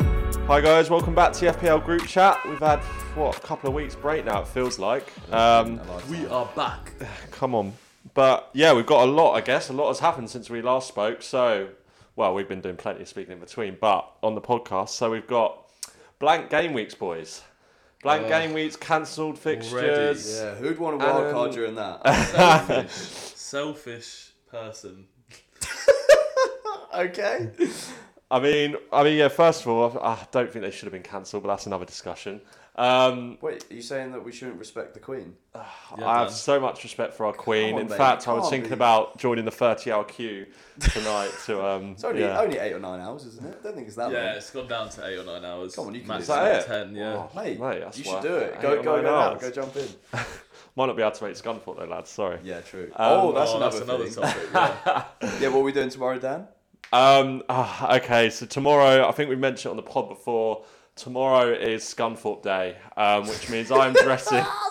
Hi guys, welcome back to the FPL group chat. We've had what a couple of weeks break now. It feels like. Um, We are back. come on, but yeah, we've got a lot. I guess a lot has happened since we last spoke. So, well, we've been doing plenty of speaking in between, but on the podcast. So we've got blank game weeks, boys. Blank game weeks, cancelled fixtures. Yeah, who'd want a wild Um, card during that? Selfish, selfish person. okay. I mean, I mean, yeah. First of all, I I don't think they should have been cancelled, but that's another discussion. Um, Wait, are you saying that we shouldn't respect the Queen? Yeah, I have Dan. so much respect for our queen. on, In mate, fact, I was can't thinking be. about joining the 30-hour queue tonight to um. It's only, yeah. only eight or nine hours, isn't it? I don't think it's that Yeah, long. it's gone down to eight or nine hours. Come on, you can Max do that. Is that ten. Yeah. Oh, Mate, mate, that's you why- should do eight it. or Go, go, nine go, now. hours. go jump in. Might not be able to make Scunthorpe though, lads. Sorry. Yeah, true. Um, Oh, oh, that's another, thing. topic. Yeah. Yeah, what are we doing tomorrow, Dan? Um. ah, okay. So tomorrow, I think we mentioned it on the pod before. Tomorrow is Scunthorpe Day, um, which means I'm dressing. Ah,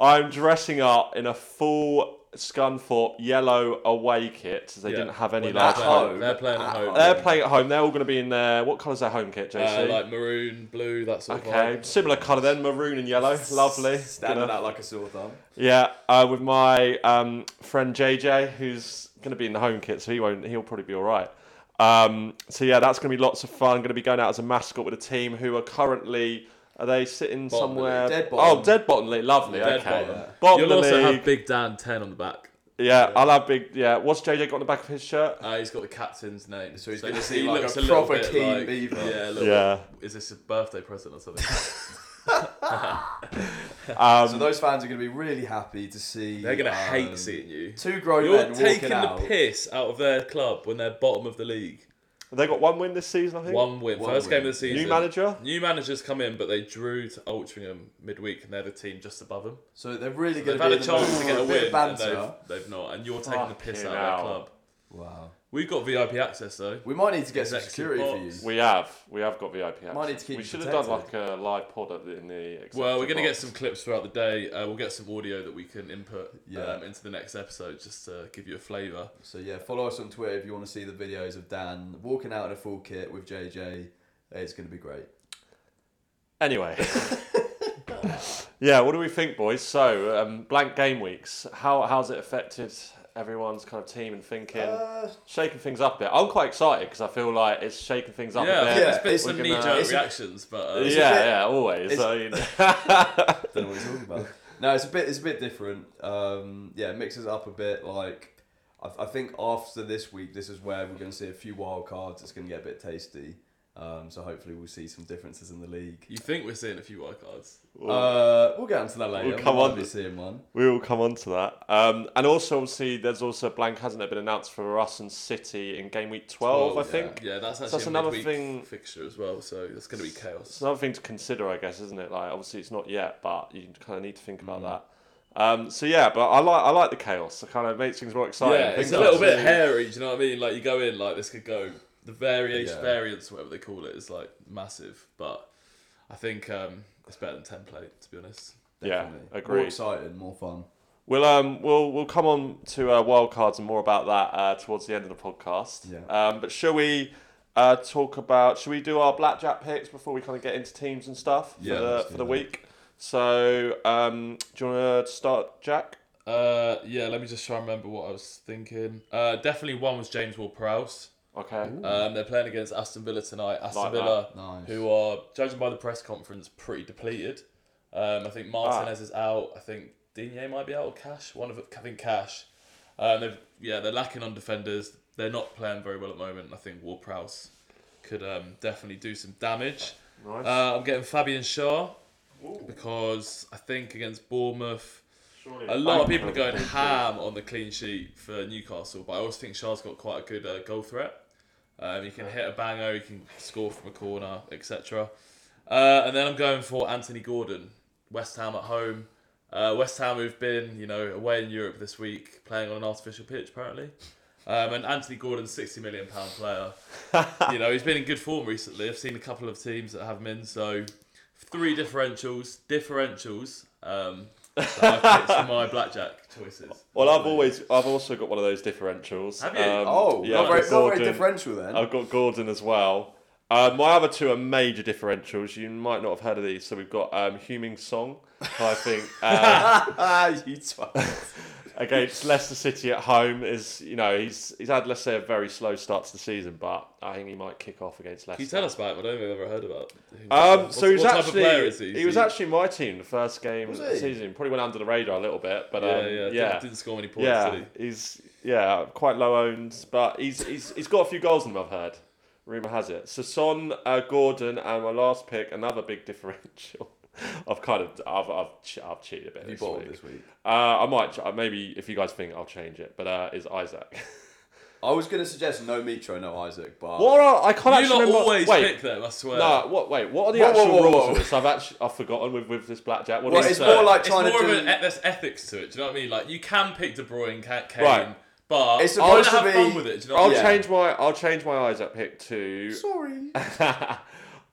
I'm dressing up in a full Scunthorpe yellow away kit. 'cause They Yeah. didn't have any When at last they're, playing, time. home. they're playing at At home. home. They're playing at home. They're all going to be in their. What colour's their home kit, JC? Uh, like maroon, blue, that sort Okay, of vibe. similar colour then, maroon and yellow. Lovely. Standing Gonna- out like a sore thumb. Yeah, uh, with my um, friend JJ, who's going to be in the home kit, so he won't. He'll probably be all right. Um, so yeah, that's going to be lots of fun. Going to be going out as a mascot with a team who are currently are they sitting Bottom of the somewhere? league. Dead Oh, bottom. dead bottom league. Lovely. Dead okay. bottom. Yeah. Bottom You'll of the also league. have Big Dan ten on the back. yeah, I'll have big. Yeah, what's JJ got on the back of his shirt? Uh, he's got the captain's name, So he's he gonna looks- see he like looks a little proper bit team like- beaver. Yeah, a little Yeah. bit- Is this a birthday present or something? Um, So those fans are going to be really happy to see. They're gonna hate um, seeing you. Two grown You're men taking walking the out. piss out of their club when they're bottom of the league. they got one win this season, I think. One win, One first win. game of the season. New manager. New managers come in, but they drew to Altrincham midweek, and they're the team just above them. So they're really They've going to had be a in the chance mood to for get a bit win, of and banter. they've, they've not. And you're taking the piss Fucking out of hell. their club. Wow. We've got VIP access though. We might need to get some Executive security for you. box. We have, we have got VIP. Access. Might need to keep we you should have done like protected. a live pod at the, in the. Well, we're executive going to get box. some clips throughout the day. Uh, we'll get some audio that we can input Yeah. um, into the next episode just to give you a flavour. So yeah, follow us on Twitter if you want to see the videos of Dan walking out in a full kit with JJ. It's going to be great. Anyway. yeah, what do we think, boys? So, um, blank game weeks. How how's it affected everyone's kind of team and thinking? Uh, shaking things up a bit. I'm quite excited because I feel like it's shaking things up yeah, a bit. yeah, it's been it's- some we're knee gonna- jerk it's a- reactions, but uh, Yeah, It's a yeah, bit- always. it's- I mean, don't know what you're talking about. No, it's a bit. It's a bit different. Um, yeah, it mixes it up a bit. Like I, I think after this week, this is where we're going to see a few wild cards. It's going to get a bit tasty. Um, so hopefully we'll see some differences in the league. you think we're seeing a few white cards. Uh, we'll get onto that later. We'll come we might on be to- seeing one. we will come on to that. Um, and also, obviously, there's also blank hasn't it been announced for us and City in game week 12, Oh, I yeah. think. Yeah, that's actually that's a another midweek thing- fixture as well, so that's going to be chaos. It's another thing to consider, I guess, isn't it? Like, obviously, it's not yet, but you kind of need to think Mm. about that. Um, so yeah, but I like I like the chaos. It kind of makes things more exciting. Yeah, it's Things a are little bit absolutely- hairy. Do you know what I mean? Like you go in, like this could go. The variation, Yeah. variance, whatever they call it, is like massive. But I think um, it's better than template, to be honest. Definitely. Yeah, More agreed. exciting, more fun. We'll um we'll we'll come on to uh, wild cards and more about that uh, towards the end of the podcast. Yeah. Um, but shall we uh, talk about? Should we do our blackjack picks before we kind of get into teams and stuff Yeah, for the let's do for the that. week? So um, do you want to start, Jack? Uh, yeah, let me just try and remember what I was thinking. Uh, definitely one was James Ward-Prowse. Okay. Um, they're playing against Aston Villa tonight. Aston Like that. Villa, Nice. who are judging by the press conference, pretty depleted. Um, I think Martinez is out. I think Digne might be out or Cash. One of I think Cash. Um, they've, yeah, they're lacking on defenders. They're not playing very well at the moment. I think Ward Prowse could um, definitely do some damage. Nice. Uh, I'm getting Fabian Shaw because I think against Bournemouth. A lot of people are going ham on the clean sheet for Newcastle, but I also think Shaw's got quite a good uh, goal threat. Um, he can hit a banger, he can score from a corner, etc. Uh, and then I'm going for Anthony Gordon, West Ham at home. Uh, West Ham who've been, you know, away in Europe this week, playing on an artificial pitch apparently. Um, and Anthony Gordon, sixty million pound player. you know, he's been in good form recently. I've seen a couple of teams that have him in. So three differentials, differentials. Um, that I've picked for my blackjack choices. Well, I've always I've also got one of those differentials. Have you? Um, Oh, yeah, not, I've very, got not very Gordon- differential then. I've got Gordon as well. Uh, my other two are major differentials. You might not have heard of these. So we've got um, Huming Song, who I think uh, you twat. against Leicester City at home is you know he's he's had let's say a very slow start to the season, but I think he might kick off against Leicester. Can you tell us about him? I don't think I've ever heard about him. Um, What's- so he's what actually type of player is he? Is was he- actually my team the first game Was of the he? season. Probably went under the radar a little bit, but yeah, um, yeah, yeah, Didn't, didn't score any points, yeah, did he? he's yeah quite low owned, but he's he's he's got a few goals in him. I've heard. Rumor has it. So Son, uh, Gordon, and my last pick, another big differential. I've kind of I've I've, che- I've cheated a bit. You this bought week. it this week. Uh, I might ch- uh, maybe if you guys think I'll change it, but uh, is Isaac? I was gonna suggest no Mitro, no Isaac, but what are I can't You actually lot remember. always wait, pick them, I swear. no, what? Wait, what are the Whoa, whoa, actual whoa, rules whoa. of this? I've actually I've forgotten with with this blackjack. What Well, do we it's say? more like it's trying more to of do. an, e, there's ethics to it. Do you know what I mean? Like you can pick De Bruyne, Ca- Kane, Right. but It's I wanna supposed to have fun be- with it. Do you know I'll what I Yeah. mean? change my I'll change my Isaac pick to. Sorry. I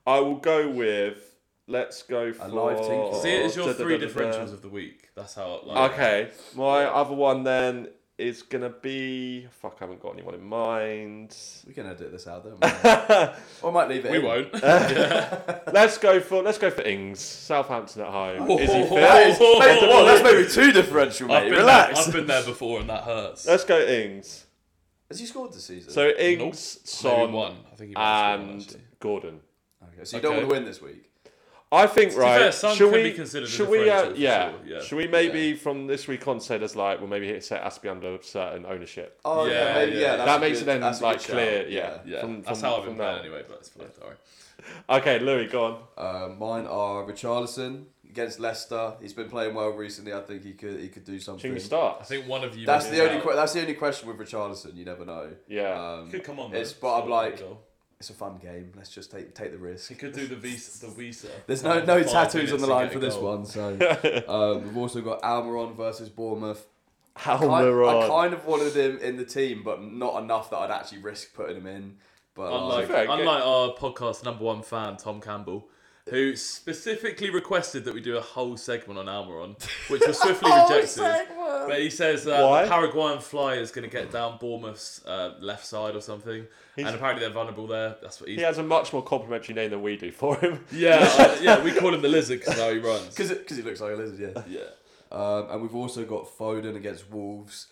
will go with. Let's go for. A live tinker. See, it as your three da-da-da-da-da. differentials of the week. That's how. Like, Okay, my other one then is gonna be. Fuck, I haven't got anyone in mind. We can edit this out then. or I might leave it. We in. won't. Let's go for let's go for Ings. Southampton at home. Oh, Is he That fit? is, mate, well, that's maybe too differential, mate. I've, been there, Relax. I've been there before, and that hurts. Let's go Ings. Has he scored this season? So Ings, Nope. Maybe Son, one. I think he might score one, and actually. Gordon. okay, so you don't Okay. want to win this week. I think To be right. fair, Son should can we be considered a should we uh, differential for yeah, sure, yeah. Should we maybe from this week on say there's like well maybe it has to be under certain ownership. Oh yeah, Yeah, maybe, yeah. yeah. that's that a makes good- it then that's a like good shout. clear. Yeah. Yeah, from- that's from- how I've from been playing that. anyway. But it's fine. Don't worry. Okay, Louis, go on. Uh, mine are Richarlison against Leicester. He's been playing well recently. I think he could he could do Should something. we start? I think one of you. That's might the be only out. que- that's the only question with Richarlison. You never know. Yeah. Um, Could come on. Though. It's but I'm Score like a goal. it's a fun game. Let's just take take the risk. He could do the visa. Uh, The visa. There's no Five no tattoos minutes on the to line get for a this goal. one. So um, we've also got Almiron versus Bournemouth. How Kind- we're I, on. kind of wanted him in the team, but not enough that I'd actually risk putting him in. But Unlike, fair, good. unlike our podcast number one fan, Tom Campbell, who specifically requested that we do a whole segment on Almiron, which was swiftly rejected. But he says uh, Oh, Why? the Paraguayan fly is going to get down Bournemouth's uh, left side or something, and apparently they're vulnerable there. That's what he's. He has a much more complimentary name than we do for him. Yeah, uh, yeah, we call him the lizard because how he runs. because because he looks like a lizard, yeah. Yeah, Um, and we've also got Foden against Wolves.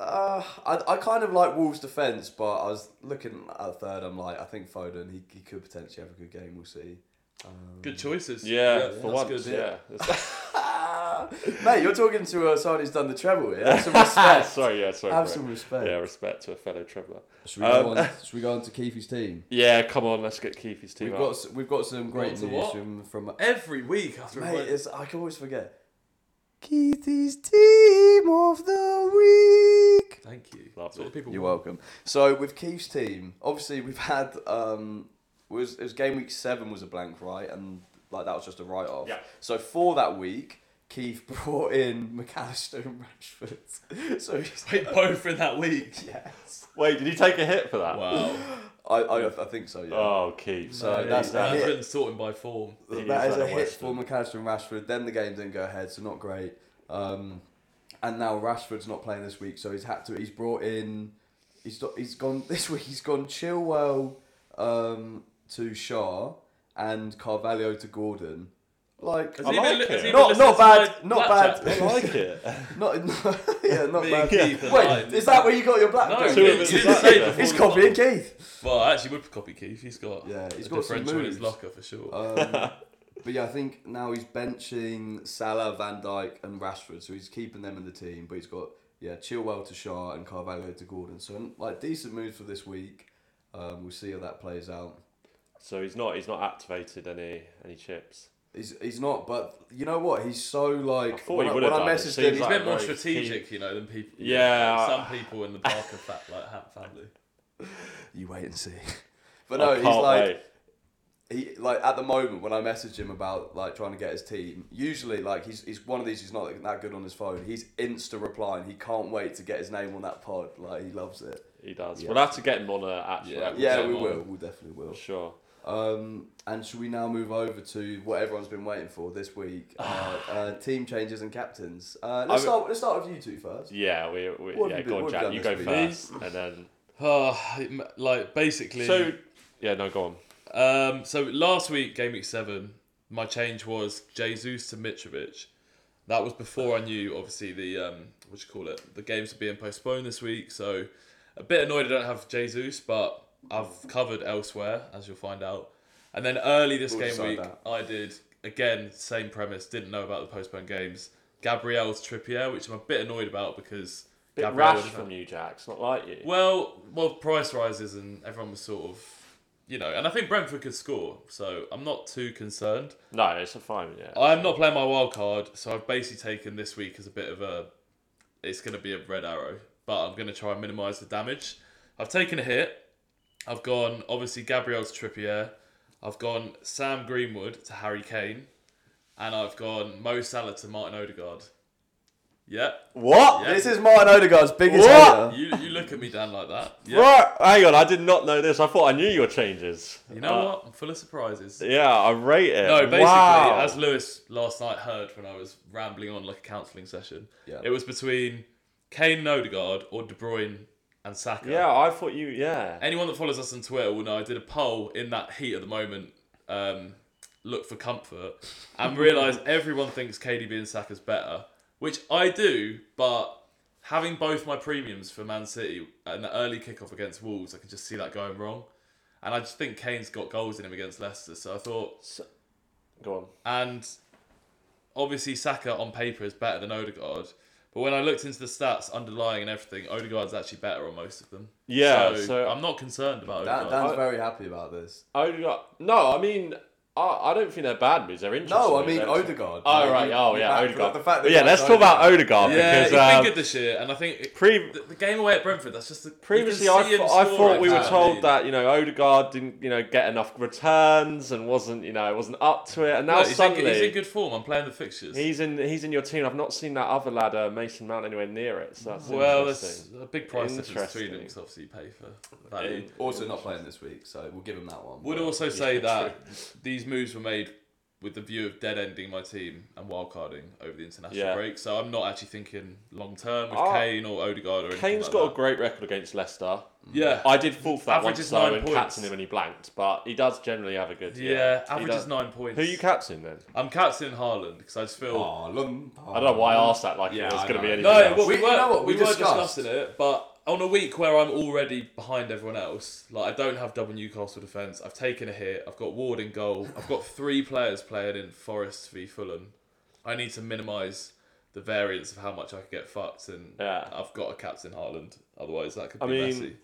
Uh, I, I kind of like Wolves' defence, but I was looking at third. I'm like, I think Foden, he, he could potentially have a good game. We'll see. good choices. Yeah, for that's once. good. Yeah. Mate, you're talking to uh, someone who's done the treble here. Have some respect. sorry, yeah, sorry. Have for some it. respect. Yeah, respect to a fellow traveller. Should, we go on, should we go on to Keithy's team? Yeah, come on, let's get Keithy's team We've up. got s- we've got some great to news what? from, from Every week after a Mate, win. it's, I can always forget. Keithy's team of the week. Thank you. Lovely. That's what the people You're want. welcome. So with Keith's team, obviously we've had um it was it was game week seven was a blank right and like that was just a write off. Yeah. So for that week, Keith brought in McAllister and Rashford. so he's Wait, both in that week. yes. Wait, did he take a hit for that? Wow. I, I I think so, yeah. Oh, Keith. So that's He's- that I've hit. been sorting by form. He that is is like a a hit for Western. McAllister and Rashford. Then the game didn't go ahead, so not great. Um, and now Rashford's not playing this week, so he's had to. He's brought in. He's do- he's gone this week. He's gone Chilwell um, to Shaw and Carvalho to Gordon. Like Has I he like been, li- it. has he been Not- listening not to bad- my not Blackjack? bad. I like it. not, yeah, not Me and bad. Keith are Wait, aligned. is that where you got your black? No, jacket? Two of us he are didn't say aligned. before He's the copying pod. Keith. Well, I actually would copy Keith. He's got Yeah, he's a got some differential in his moves. locker for sure. Um, but yeah, I think now he's benching Salah, Van Dijk, and Rashford, so he's keeping them in the team. But he's got yeah Chilwell to Shaw and Carvalho to Gordon. So like decent moves for this week. Um, we'll see how that plays out. So he's not he's not activated any any chips. He's, he's not, but you know what? He's so I like thought when, he I- would when have I done. It messaged seems him. He's a like- bit more very strategic, you know, than people. Yeah. Some people in the Barker fat like hat family. You wait and see. But I no, he's can't like wait. he like at the moment when I message him about like trying to get his team, usually like he's he's one of these who's not that good on his phone. He's insta replying. He can't wait to get his name on that pod. Like he loves it. He does. Yeah. We'll have to get him on a actual. Yeah. episode, Yeah, we Definitely. will. We definitely for will. Sure. Um, and should we now move over to what everyone's been waiting for this week? Uh, uh, team changes and captains. Uh, let's I- start. Let's start with you two first. Yeah, we, we What have yeah, you been- go on, what have Jack. you You go done first, and then Oh, like basically. so yeah, no, go on. Um, so last week, game week seven, my change was Jesus to Mitrovic. That was before I knew, obviously, the um, what do you call it? The games are being postponed this week, so a bit annoyed I don't have Jesus, but I've covered elsewhere, as you'll find out. And then early this We'll game decide week, that. I did again same premise. Didn't know about the postponed games. Gabriel to Trippier, which I'm a bit annoyed about because Bit Gabriel rash didn't- from you, Jack. It's not like you. well, well, price rises and everyone was sort of, you know, and I think Brentford could score, so I'm not too concerned. No, it's a fine. Yeah. I'm not playing my wild card, so I've basically taken this week as a bit of a, it's going to be a red arrow, but I'm going to try and minimise the damage. I've taken a hit. I've gone obviously Gabriel to Trippier. I've gone Sam Greenwood to Harry Kane, and I've gone Mo Salah to Martin Odegaard. Yeah, What? Yeah. This is Martin Odegaard's biggest What? hater. you you look at me Dan like that. Yeah, Right. Hang on, I did not know this. I thought I knew your changes. you know Uh, what? I'm full of surprises. Yeah, I rate it. No, basically, Wow. as Lewis last night heard when I was rambling on like a counselling session, Yeah. it was between Kane and Odegaard or De Bruyne and Saka. yeah, I thought you. Yeah. Anyone that follows us on Twitter will know I did a poll in that heat at the moment, um, look for comfort, and realised everyone thinks KDB and Saka's better, which I do, but having both my premiums for Man City and the early kickoff against Wolves, I can just see that going wrong. And I just think Kane's got goals in him against Leicester, so I thought Go on. and obviously Saka on paper is better than Odegaard. But when I looked into the stats underlying and everything, Odegaard's actually better on most of them. Yeah, so, so- I'm not concerned about Dan, Odegaard. Dan's very happy about this. Odegaard. No, I mean, I, I don't think they're bad moves. They're interesting. No, I moves, mean actually. Odegaard. Oh Like, right. you- Oh you yeah, back- Odegaard. The fact that But yeah, you let's backed talk about Odegaard. Odegaard yeah, because he's been um, good this year, and I think it- pre- the, the game away at Brentford. That's just the, you can previously see I, him thought- I scoring thought we were that told lead. that you know Odegaard didn't you know get enough returns and wasn't you know wasn't up to it, and now Look, he's, in, suddenly he's in good form. I'm playing the fixtures. He's in he's in your team. I've not seen that other lad, uh, Mason Mount, anywhere near it. So that's well, that's interesting. a big price difference Interesting. between them. 'cause Obviously, you pay for value. Also not playing this week, so we'll give him that one. Would But- also say Yeah, that these moves were made with the view of dead ending my team and wildcarding over the international Yeah. break. So I'm not actually thinking long term with Ah. Kane or Odegaard or anything. Kane's like got that. a great record against Leicester. yeah. I did fall for that Average once is though, nine and points. captain him and he blanked. But he does generally have a good yeah, year. He average does- is nine points. Who you captain then? I'm captaining Haaland because I just feel. Aw, Lund- I don't know why I asked that. Like Mm. Yeah, it was I going to be know. anything. No, else. well, we, We- you were, know what, we, we were discussed. discussing it, but on a week where I'm already behind everyone else, like I don't have double Newcastle defence, I've taken a hit, I've got Ward in goal, I've got three players playing in Forest v Fulham. I need to minimise the variance of how much I could get fucked, and Yeah. I've got a captain Haaland. Otherwise, that could be I mean- messy.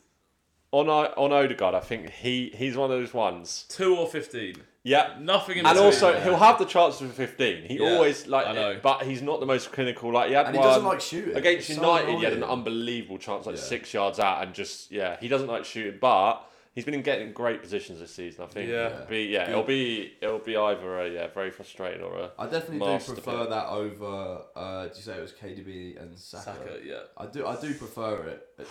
on O- on Odegaard, I think he he's one of those ones. Two or fifteen, Yeah, nothing in and between. also yeah. he'll have the chances for 15 he Yeah, always like I know. but he's not the most clinical like he had And he one doesn't like shooting. against It's so united he had an annoying. unbelievable chance like Yeah. six yards out and just yeah he doesn't like shooting but he's been in getting great positions this season i think Yeah. it'll be, yeah it'll be it'll be either a yeah very frustrating or a I definitely Master do prefer bit. that over. Uh, did you say it was KDB and Saka? Saka, yeah. I do. I do prefer it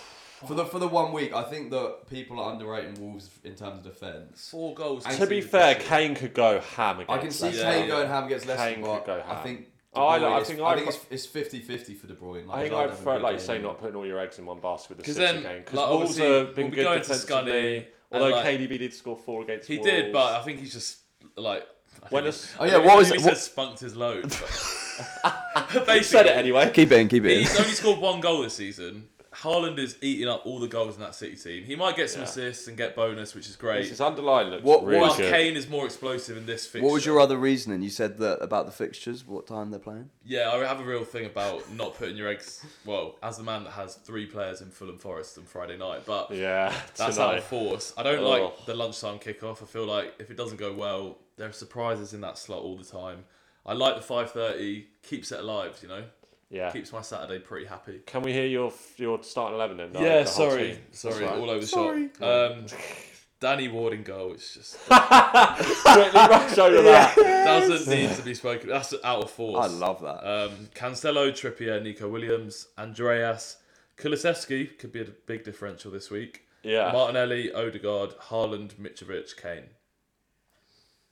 for the for the one week. I think that people are underrating Wolves in terms of defence. Four goals. To to conceded be this fair year. kane could go ham against I can see Leicester. Yeah. Kane going ham against Leicester, Kane but could go I ham. think. De Oh, I know, Bruyne I is- think I I think got- it's it's 50-50 for De Bruyne. I think I'd I'd have prefer, him like you go say, in. not putting all your eggs in one basket with the Because City then, game. like, Because Wolves obviously, have been we'll be good going to Scunny, defensively. and, Although like- KDB did score four against He Wolves. did, but I think he's just like. I When think is- Oh, yeah, what was- he what- said spunked his load? But he said Basically, it anyway. Keep it in. Keep it in. He's only scored one goal this season. Haaland is eating up all the goals in that City team. He might get some Yeah. assists and get bonus, which is great. His underlying looks What- really But good. Kane is more explosive in this fixture. What was your other reasoning? You said that about the fixtures, what time they're playing. Yeah, I have a real thing about not putting your eggs. Well, as the man that has three players in Fulham Forest on Friday night, but Yeah, That's out tonight. of force. I don't Oh. like the lunchtime kickoff. I feel like if it doesn't go well, there are surprises in that slot all the time. I like the five thirty. Keeps it alive, you know. Yeah. Keeps my Saturday pretty happy. Can we hear your your starting eleven then? yeah, the whole sorry, team? That's sorry, right. all over the shop. Um, Danny Ward in goal. It's just Quickly rush over that. doesn't need to be spoken. That's out of force. I love that. Uh, Um, Cancelo, Trippier, Nico Williams, Andreas, Kulisevsky could be a big differential this week. Yeah. Martinelli, Odegaard, Haaland, Mitrovic, Kane.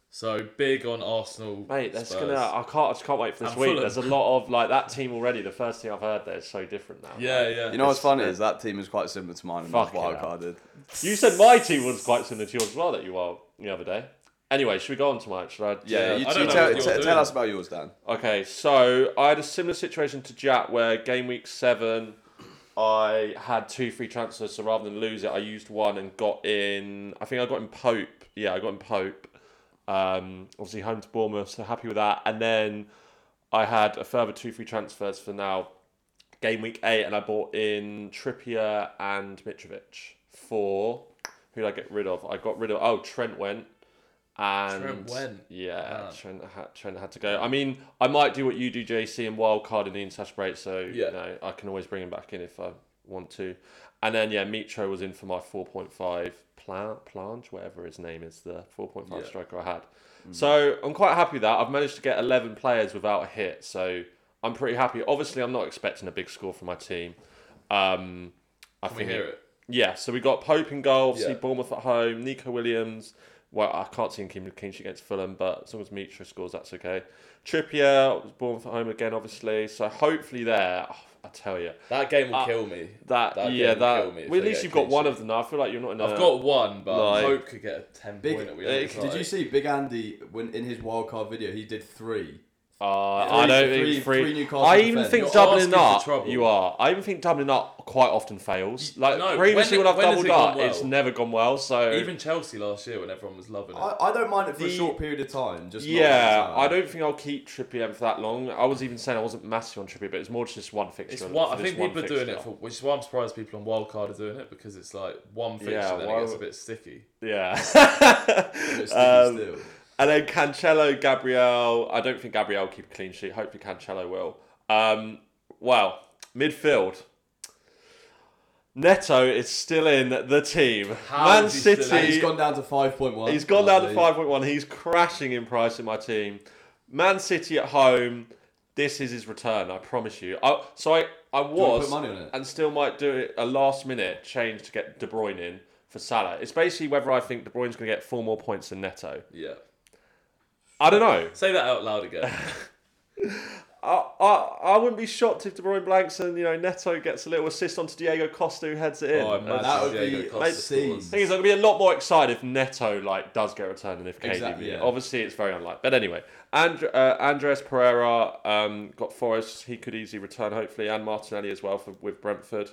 So big on Arsenal. Mate, that's Spurs. gonna. I can't. I just can't wait for this And week. Fulham. There's a lot of like that team already. The first thing I've heard there is so different now. Yeah, yeah. You know what's funny is that team is quite similar to mine and Fuck not it up. wildcarded. You said my team was quite similar to yours as well. That you are the other day. Anyway, should we go on to mine? Should I? Yeah, Yeah, I you, don't you know tell, what you're t- doing. tell us about yours, Dan. Okay, so I had a similar situation to Jack where game week seven, I had two free transfers, so rather than lose it, I used one and got in. I think I got in Pope. Yeah, I got in Pope. Um, obviously, home to Bournemouth, so happy with that. And then I had a further two free transfers for now, game week eight, and I bought in Trippier and Mitrovic for. Who did I get rid of? I got rid of. Oh, Trent went. And Trent went. yeah, Ah. Trent had, Trent had to go. I mean, I might do what you do, JC, and wild card in the international break, so Yeah. you know I can always bring him back in if I want to. And then yeah, Mitro was in for my four point five plan plange, whatever his name is, the four point five Yeah. Mm. striker I had. So I'm quite happy with that I've managed to get eleven players without a hit, so I'm pretty happy. Obviously, I'm not expecting a big score from my team. Um, I Can we think hear it? yeah, so we got Pope in goal, obviously Yeah. Bournemouth at home, Nico Williams. Well, I can't see him keeping the clean sheet against Fulham, but as long as Mitra scores, that's okay. Trippier, Bournemouth at home again, obviously. So hopefully there, oh, I tell you That game will Uh, kill me. that, That yeah game would kill that. me if Well, at they least get you've a got clean one of sheet. them now. I feel like you're not in. I've a- got one, but uh, like- Hope could get a ten Big- point. At uh, weekend, did Did like- you see Big Andy when in his wildcard video he did three? Uh, Three- I don't three- think three. three Newcastle I even defenders. think You're doubling asking for up. trouble. You are. I even think doubling up quite often fails. You- Like no, previously, when- when, I've when has doubled it gone up, well? it's never gone well. So Even Chelsea last year when everyone was loving it. I, I don't mind it for a The- short period of time. Just not all Yeah, uh, the time. I don't think I'll keep Trippier for that long. I was even saying I wasn't massive on Trippier, but it's more just this one fixture. It's for one, I this think one people are doing it for, fixture. which is why I'm surprised people on Wildcard are doing it because it's like one fixture Yeah, then why it gets a would- bit sticky. Yeah. It's Um, still. and then Cancelo, Gabriel. I don't think Gabriel will keep a clean sheet. Hopefully, Cancelo will. Um, wow, midfield. Neto is still in the team. How Man is he still in? City. And he's gone down to five point one. He's gone down to five point one. He's crashing in price in my team. Man City at home. This is his return. I promise you. I, so I, I want was to put money on it? and still might do it a last minute change to get De Bruyne in for Salah. It's basically whether I think De Bruyne's going to get four more points than Neto. Yeah. I don't know. Say that out loud again. I, I, I wouldn't be shocked if De Bruyne blanks and you know Neto gets a little assist onto Diego Costa who heads it in. Oh, I Uh, imagine that would Diego be Costa obscene. scores. thing is, I'm gonna be a lot more excited if Neto like does get returned than if KDB. Exactly, yeah. Obviously, it's very unlikely. But anyway, And, uh, Andres Pereira um, got Forrest. He could easily return, hopefully, and Martinelli as well for, with Brentford.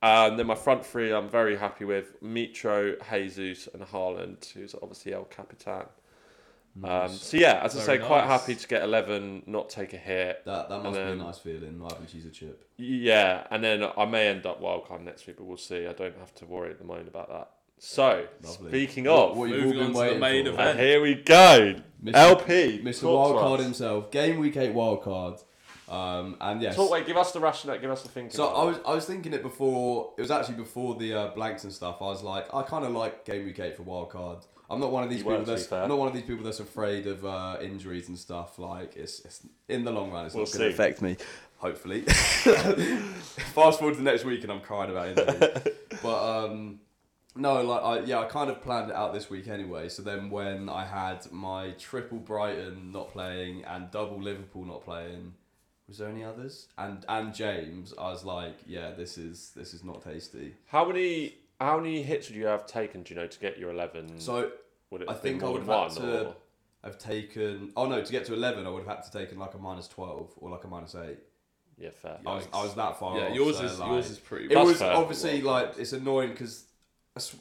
And then my front three, I'm very happy with Mitro, Jesus, and Haaland, who's obviously El Capitan. Um, so yeah, as I say, Very quite nice. happy to get 11, not take a hit. That that And must be a then- nice feeling. Live and cheese a chip. Yeah, and then I may end up wildcard next week, but we'll see. I don't have to worry at the moment about that. So Lovely. speaking of, What you've all Moving been on to the waiting main for. event. and here we go. Mr. LP, talk Mr. to Wildcard us. himself, game week eight wildcard. Um, and yes, Talk, wait, give us the rationale. Give us the thinking. so I was I was thinking it before. It was actually before the uh, blanks and stuff. I was like, I kind of like game week eight for wildcard. I'm not one of these You were, people to be that's fair. I'm not one of these people that's afraid of uh, injuries and stuff. Like it's, it's in the long run, it's We'll not going see. to affect me. Hopefully, fast forward to the next week and I'm crying about injuries. but um, no, like I, yeah, I kind of planned it out this week anyway. So then when I had my triple Brighton not playing and double Liverpool not playing, was there any others? And and James, I was like, yeah, this is this is not tasty. how many how many hits would you have taken? Do you know to get your eleven? So would it I have think been I more would than have had one, to have taken. Oh no, to get to eleven, I would have had to taken like a minus twelve or like a minus eight. Yeah, fair. I was, I was that far. Yeah, off, yours so, is like- yours is pretty. It That's was fair. obviously like it's annoying because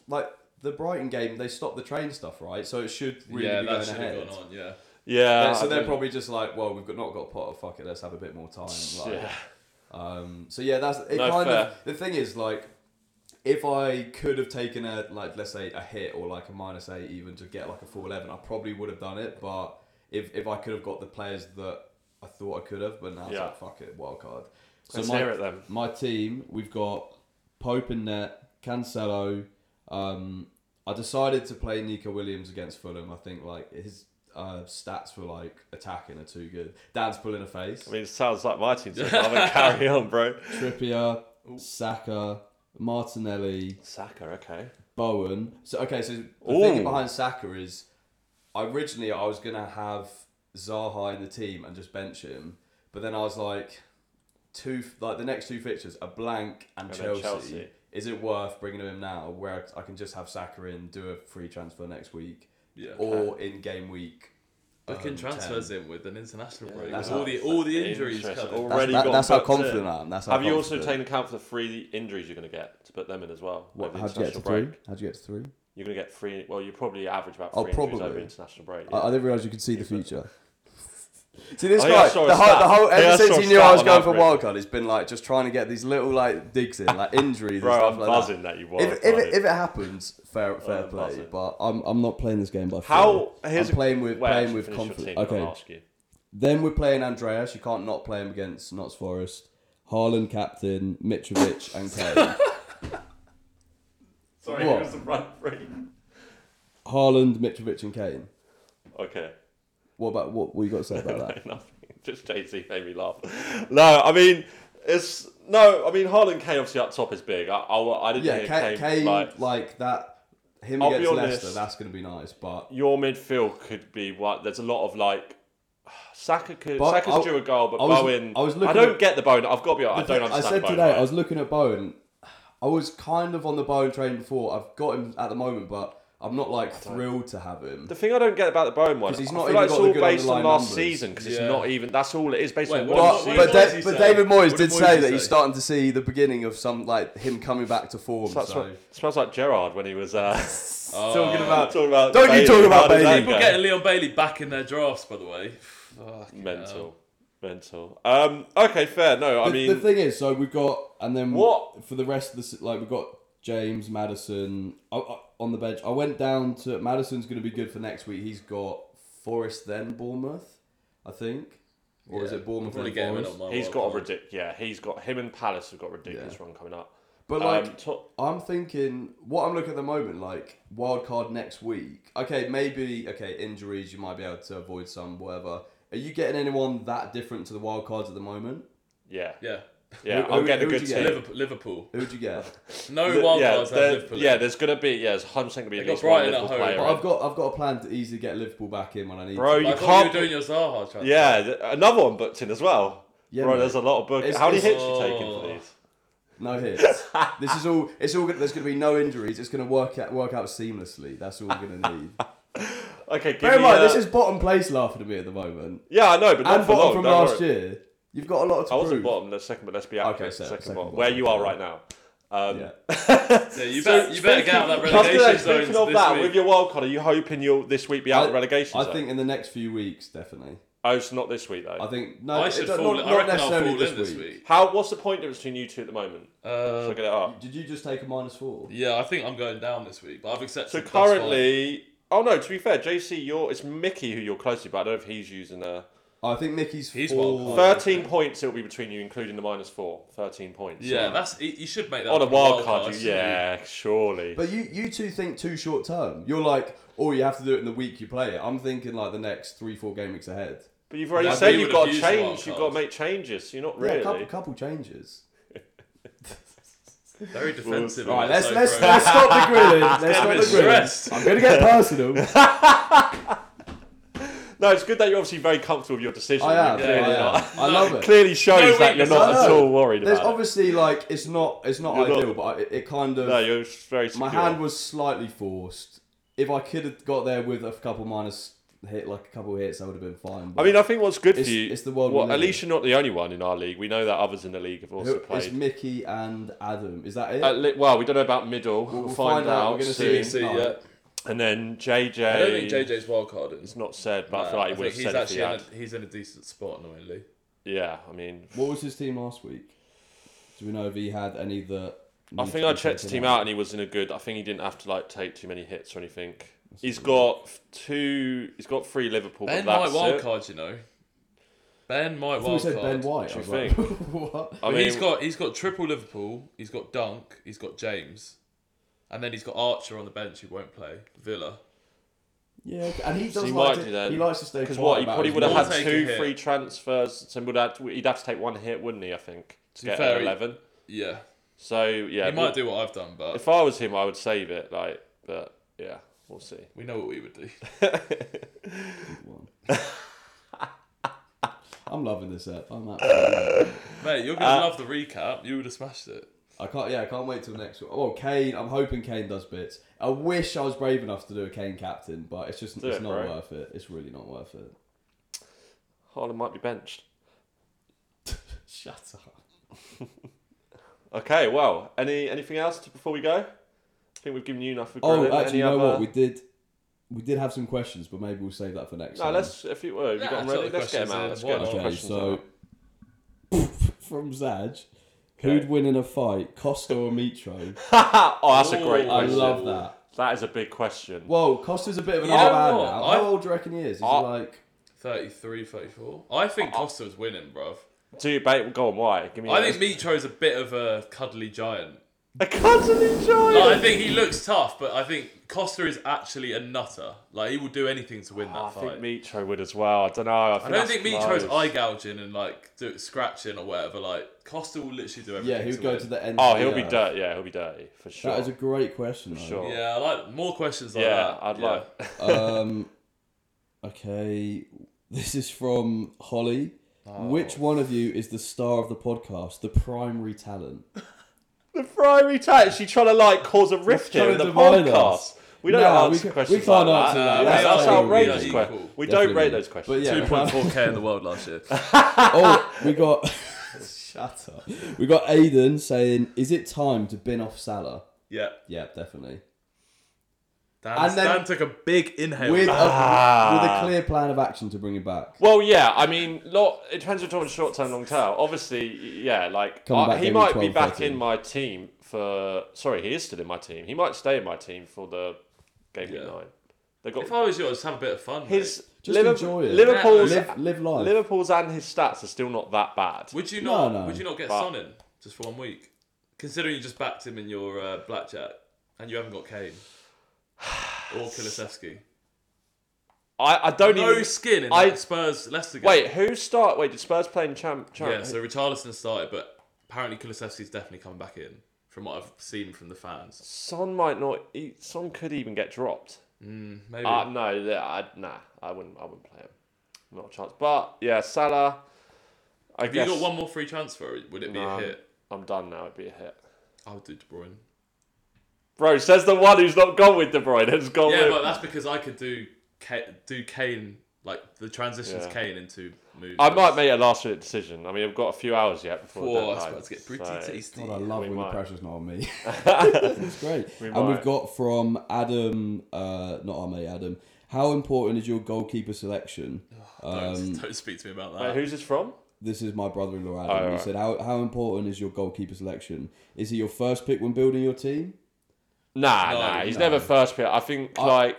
like the Brighton game, they stopped the train stuff, right? So it should really yeah, be that going should ahead. have gone on. Yeah. Yeah, Yeah, so I they're think- probably just like, well, we've got not got Potter. Fuck it, let's have a bit more time. Like, yeah. um, so yeah, that's it. No, kind fair. of the thing is like, if I could have taken a like let's say a hit or like a minus eight even to get like a four eleven, I probably would have done it. But if if I could have got the players that I thought I could have, but now it's Yeah. like fuck it, wild card. So Let's my, hear it then. my team, we've got Pope and Net, Cancelo. Um, I decided to play Nico Williams against Fulham. I think like his uh, stats for like attacking are too good. Dan's pulling a face. I mean, it sounds like my team. So I'm gonna carry on, bro. Trippier, Saka, Martinelli, Saka, okay. Bowen. So okay, so the Ooh. thing behind Saka is originally I was gonna have Zaha in the team and just bench him, but then I was like, two like the next two fixtures are blank and, And then Chelsea. Chelsea. Is it worth bringing him in now, where I can just have Saka in, do a free transfer next week, Yeah. or in game week. Booking um, transfers 10. in with an international Yeah, break. that's with all how- the all the injuries Interesting. covered. That's, Already that- got that's how booked in. confident I am. That's how Have you also confident. taken account for the three injuries you're going to get to put them in as well? What, over the how'd you get to international three? break? How'd you get to three? You're going to get three. Well, you probably average about Oh, three injuries over probably. international break. I, I yeah. Oh, didn't realize you could see the future. see this I think I guy. saw a the whole, the stat. whole I think I ever saw since a he knew stat I was on going for average. wildcard, it's been like just trying to get these little like digs in, like injuries and Bro, stuff I'm like buzzing that, you that. If, wildcarded. if, it, if it happens, fair fair I'm play. buzzing. But I'm I'm not playing this game by How? feel. Here's I'm playing with a, where playing to with finish your confidence. team, I'll Okay, ask you. Then we're playing Andreas. You can't not play him against Notts Forest. Haaland captain, Mitrovic and Kane. Sorry, What? it was the run free. Haaland, Mitrovic and Kane. Okay. What about what, what you got to say about that? Nothing. Just JC made me laugh. No, I mean it's no. I mean Harlan Kane obviously up top is big. I I, I didn't yeah, hear Kane, Kane, Kane like like, that him I'll be against honest. Leicester, that's gonna be nice. But your midfield could be what. There's a lot of like. Saka could, But Saka's I- drew a goal, but I was- Bowen. I was looking don't at- get the Bowen. I've got to be honest. I don't I understand. said Bowen, today, right? I was looking at Bowen. I was kind of on the Bowen train before. I've got him at the moment, but I'm not like thrilled to have him. The thing I don't get about the Bowen one, 'Cause he's I not feel even like it's got the all good based on underlying last numbers. season because Yeah. it's not even. That's all it is based Wait, on what one about- But, season. what but, does Da- he but say? David Moyes What did did Moyes say that say? he's starting to see the beginning of some like him coming back to form. Smells- So Smells like Gerard when he was uh, Talking about- talking about. Don't you Bailey, talk about how did that Bailey. People go? getting Leon Bailey back in their drafts, by the way. Fucking hell. Mental. Mental. Um, okay, fair. No, I the, mean, the thing is, so we've got and then What? for the rest of the se- like we've got James Madison I, I, on the bench. I went down to Madison's going to be good for next week. He's got Forest then Bournemouth, I think, or is Yeah, it Bournemouth probably get then him in Forest? on my he's wild Oh, got a card. ridiculous. Yeah, he's got him and Palace have got a ridiculous Yeah. run coming up. But Um, like, to- I'm thinking what I'm looking at the moment, like wild card next week. Okay, maybe okay injuries you might be able to avoid some whatever. Are you getting anyone that different to the wild cards at the moment? yeah, Yeah. yeah. Who- I'm who- getting a who would good you team. get? Liverpool. Liverpool. Who would you get? No Li- wild yeah, cards out there- of Liverpool. yeah, there's gonna be yeah, there's hundred percent gonna be at They got least one Brighton at Liverpool home. player. But in. I've got I've got a plan to easily get Liverpool back in when I need. Bro, to. you I thought you can't- were doing your Zaha transfer. yeah, th- another one booked in as well. Yeah, Bro, mate. there's a lot of book. It's- How many it's- hits you taking for Oh. these? No hits. this is all. It's all. Gonna, there's going to be no injuries. It's going to work out work out seamlessly. That's all we're going to need. Okay, give Bear in me, mind, uh, this is bottom place laughing at me at the moment, yeah, I know, but not and for bottom long. from don't last worry. year. You've got a lot to I wasn't prove. bottom. Let's second, but let's be accurate. Okay, so second, second bottom. bottom, Where you are yeah. right now. Um, Yeah. So you So, better, you better get out of that speaking- I relegation was gonna say, zone Speaking of this that, week. with your wild card, are you hoping you'll this week be out of the relegation I zone? think in the next few weeks, definitely. oh, it's not this week I though. think no. I it- should not, fall. not I reckon I'll fall necessarily in this, this week. week. How? What's the point difference between you two at the moment? Should I Uh, get it up? Did you just take a minus four? yeah, I think I'm going down this week, but I've accepted. So that's fine. currently, oh no. To be fair, JC, you're it's Mickey who you're close to, but I don't know if he's using a I think Mickey's He's four. wild card. thirteen points. It'll be between you, including the minus four. Thirteen points. yeah, that's you you should make that on a wild wild card. card, you- shouldn't you? yeah, surely. But you, you two think too short term. You're like, oh, you have to do it in the week you play it. I'm thinking like the next three, four game weeks ahead. But you've already Yeah, said we you've would got to have used the wild change. You've got to cards. make changes. You're not Yeah, a couple, really. couple changes. Very defensive. All right, and let's so let's, pro. let's stop the grilling. Let's stop I'm the grilling. stressed. I'm gonna get personal. No, it's good that you're obviously very comfortable with your decision. I am. You're Yeah, clearly yeah. not. I, am. I love it. Clearly shows No that you're weakness. not No, at no. all worried There's about it. obviously like it's not it's not You're not- ideal, but it, it kind of No, you're very secure. my hand was slightly forced. If I could have got there with a couple minus hit, like a couple hits, I would have been fine. I but mean, I think what's good It's- for you. it's the world we Well, live at in. least you're not the only one in our league. We know that others in the league have also who- it's played. Mickey and Adam. Is that it? At li- well, we don't know about middle. We'll, we'll find, find out. out. We're gonna soon. see. BBC, yeah. And then I don't think JJ. JJ's wild card is. It's not said, but I feel like he would have he's said if he actually in had. a, he's in a decent spot annoyingly. Yeah, I mean, what was his team last week? Do we know if he had any that? I need think to I be checked the team taken out and he was in a good. I think he didn't have to like take too many hits or anything. He's got two. He's got three Liverpool. Ben but might that's wild it. card, you know. Ben I might thought we wild said card. Ben White. do you I was like, what? I But mean, he's got he's got triple Liverpool. He's got Dunk. He's got James, and then he's got Archer on the bench who won't play Villa. Yeah, okay. and he does So he like might to, do that. He likes to stay Because quiet what he about probably his would have We'll had moves. take a two hit. free transfers, so would have, he'd have to take one hit, wouldn't he? I think to, To be get fair, an he- eleven. Yeah, So yeah, he we'll- might do what I've done, but if I was him, I would save it. Like, but yeah, we'll see. we know what we would do. One. I'm loving this app. I'm absolutely. Mate, you're gonna love the recap. You would have smashed it. I can't. Yeah, I can't wait till next week. Oh, Kane! I'm hoping Kane does bits. I wish I was brave enough to do a Kane captain, but it's just Do it's it, not bro. worth it. It's really not worth it. Haaland might be benched. Shut up. Okay, well, any anything else to- before we go? I think we've given you enough. For Oh, grilling. actually, you any know other... what? We did. We did have some questions, but maybe we'll save that for next. No, time. let's. If you were, have you Yeah, got 'em I thought ready? the Let's get them questions out. are Let's get one. those Okay, questions so out. from Zaj, Okay. who'd win in a fight, Costa or Mitro? oh, that's a great Ooh. I question. love that. That is a big question. Well, Costa's a bit of an You old know man what? now. I- How old do you reckon he is? Is I- he like 33, 34. I think Costa was winning, bruv. Do you bait? Go on, why? Give me. I yours. think Mitro's a bit of a cuddly giant. a cuddly No, I giant. think he looks tough, but I think Costa is actually a nutter. Like he will do anything to win that Oh, I fight. think Mitro would as well. I don't know. I, I don't think Mitro's Mitro's eye gouging and like do, scratching or whatever. Like Costa will literally do everything. yeah? He would to go win. to the end. Oh, of the he'll be earth. dirty. Yeah, he'll be dirty for sure. That is a great question. though. sure. Yeah, I like more questions like yeah, that. I'd Yeah. like. Um, okay, this is from Holly. Oh. Which one of you is the star of the podcast, the primary talent? The Friary Tat, she trying to like cause a rift trying here in to the divide podcast. us. We don't No, we answer can- we questions can't like answer that. that. That's, That's that's equal. outrageous Yeah, questions. equal. We Definitely. don't rate those questions. But yeah, 2.4k in the world last year. oh, we got. Shut up. We got Aiden saying, "Is it time to bin off Salah?" Yeah. Yeah, definitely. Dan, And then- Dan took a big inhale. With a, Ah. with a clear plan of action to bring him back. Well, yeah, I mean, lot, it depends on talking short term, long term. Obviously, yeah, like Coming I- back he maybe might be 12, back 13. in my team for. Sorry, he is still in my team. He might stay in my team for the game week Yeah. nine. They got if I was you, I'd just have a bit of fun. his Just Liver- enjoy it. Liverpool's Live, live life. Liverpool's and his stats are still not that bad. mate. Would you No, not? no. Would you not get But- Son in just for one week? Considering you just backed him in your uh, blackjack and you haven't got Kane or Kulisevsky. I, I don't No even. skin in I- that Spurs Leicester game. Wait, who start? Wait, did Spurs play in champ? champ Yeah, so Richarlison started, but apparently Kulisevsky's definitely coming back in from what I've seen from the fans. Son might not. He, Son could even get dropped. Mm, maybe. Uh, no, yeah, I, nah, I wouldn't. I wouldn't play him. Not a chance. But yeah, Salah. I If guess you got one more free transfer, would it be Nah. a hit? I'm done now. It'd be a hit. I would do De Bruyne. Bro says the one who's not gone with De Bruyne has gone yeah, with. but that's because I could do Ka- do Kane like the transitions Yeah. Kane into moves. I might make a last minute decision. I mean, I've got a few hours yet before. the Whoa, that's deadline, about to get pretty so- tasty. God, I love We when might. the pressure's not on me. It's great. We and might. we've got from Adam, uh, not our mate Adam. How important is your goalkeeper selection? don't, Um, don't speak to me about Wait, that. who's this from? this is my brother-in-law Adam. Oh, he right. said, how, "How important is your goalkeeper selection? Is he your first pick when building your team?" Nah, No, nah. He's no. never first pick. I think like.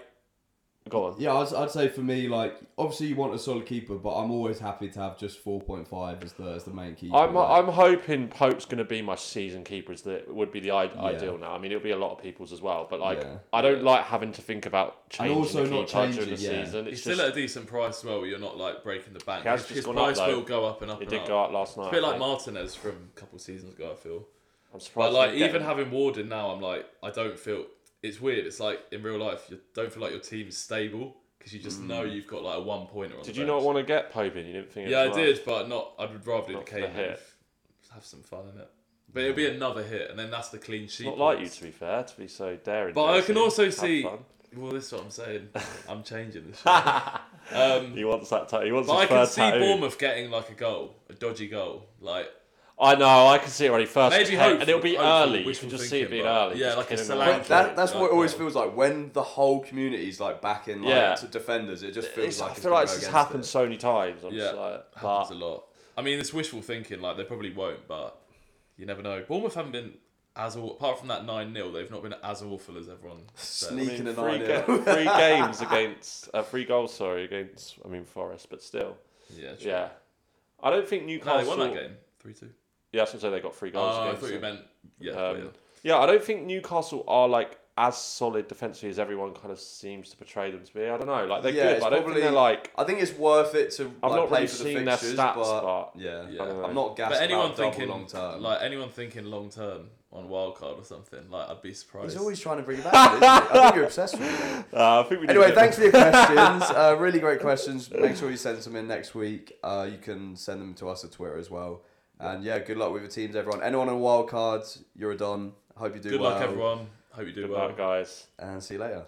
Go on. Yeah, I'd, I'd say for me, like obviously you want a solid keeper, but I'm always happy to have just 4.5 as the as the main keeper. I'm, Like, I'm hoping Pope's going to be my season keeper. Is that would be the I- ideal now? I mean, it'll be a lot of people's as well. But like, Yeah. I don't like having to think about changing also the not keeper during changing, the yeah. season. It's He's just still at a decent price as well. Where you're not like breaking the bank. He has His, just his gone up, price though. will go up and it up. and did up. go out last night. It's a bit I like think. Martinez from a couple seasons ago. I feel. I'm surprised. But like he didn't even get having Warden now, I'm like I don't feel. It's weird. It's like in real life, you don't feel like your team's stable because you just know you've got like a one him. pointer on. the Hmm. Did you bench. not want to get Pope in? You didn't think? it Yeah, I was right? did, but not. I would rather do the Not for Kane the hit. move. Just Have some fun in it. But it'll be another hit, and then that's the clean sheet. Not like you, points. to be fair, to be so daring. But I Jesse. can also Have see. fun. Well, this is what I'm saying. I'm changing this. shit. um, he wants that. Ta- he wants but his I can first see tattoo. Bournemouth getting like a goal, a dodgy goal, like I know. I can see it already first. Maybe take, hopeful- and it'll be hopeful, early. You wishful can just see it thinking, being but- early. yeah, just like a killing them. Solanke. But that, you. that's what Like, it always uh, feels like when the whole community's like backing like Yeah. to defenders. It just feels It's- like I it's feel gonna like go this has against happened it. so many times. I'm yeah, just like, but happens a lot. I mean, it's wishful thinking. Like they probably won't, but you never know. Bournemouth haven't been as awful. Apart from that nine 0 they've not been as awful as everyone. says. Sneak. I mean, Beacon and three, Ionia. ga- three games against uh, three goals, sorry, against I mean Forest, but still, Yeah, true. yeah. I don't think No, Newcastle. they won that game three two. Yeah, I was gonna say they got three goals. Oh, I against thought you them. meant yeah. Um, yeah. yeah, I don't think Newcastle are like as solid defensively as everyone kind of seems to portray them to be. I don't know, like they're Yeah, good, it's but I don't probably- think they're like. I think it's worth it to I've like, not play really for the seen their fixtures, stats, but, but yeah, Yeah. I don't know. I'm not gassed But anyone about double thinking long term. like anyone thinking long term on wildcard or something, like I'd be surprised. He's always trying to bring it back. Isn't he? I think you're obsessed with it. Uh, I think we need Anyway, to- thanks for your questions. Uh, really great questions. Make sure you send some in next week. Uh, you can send them to us at Twitter as well. And yeah, good luck with your teams, everyone. Anyone on wild cards, you're a don. Hope you do Good well. luck, everyone. Hope you do Good well. luck, guys. And see you later.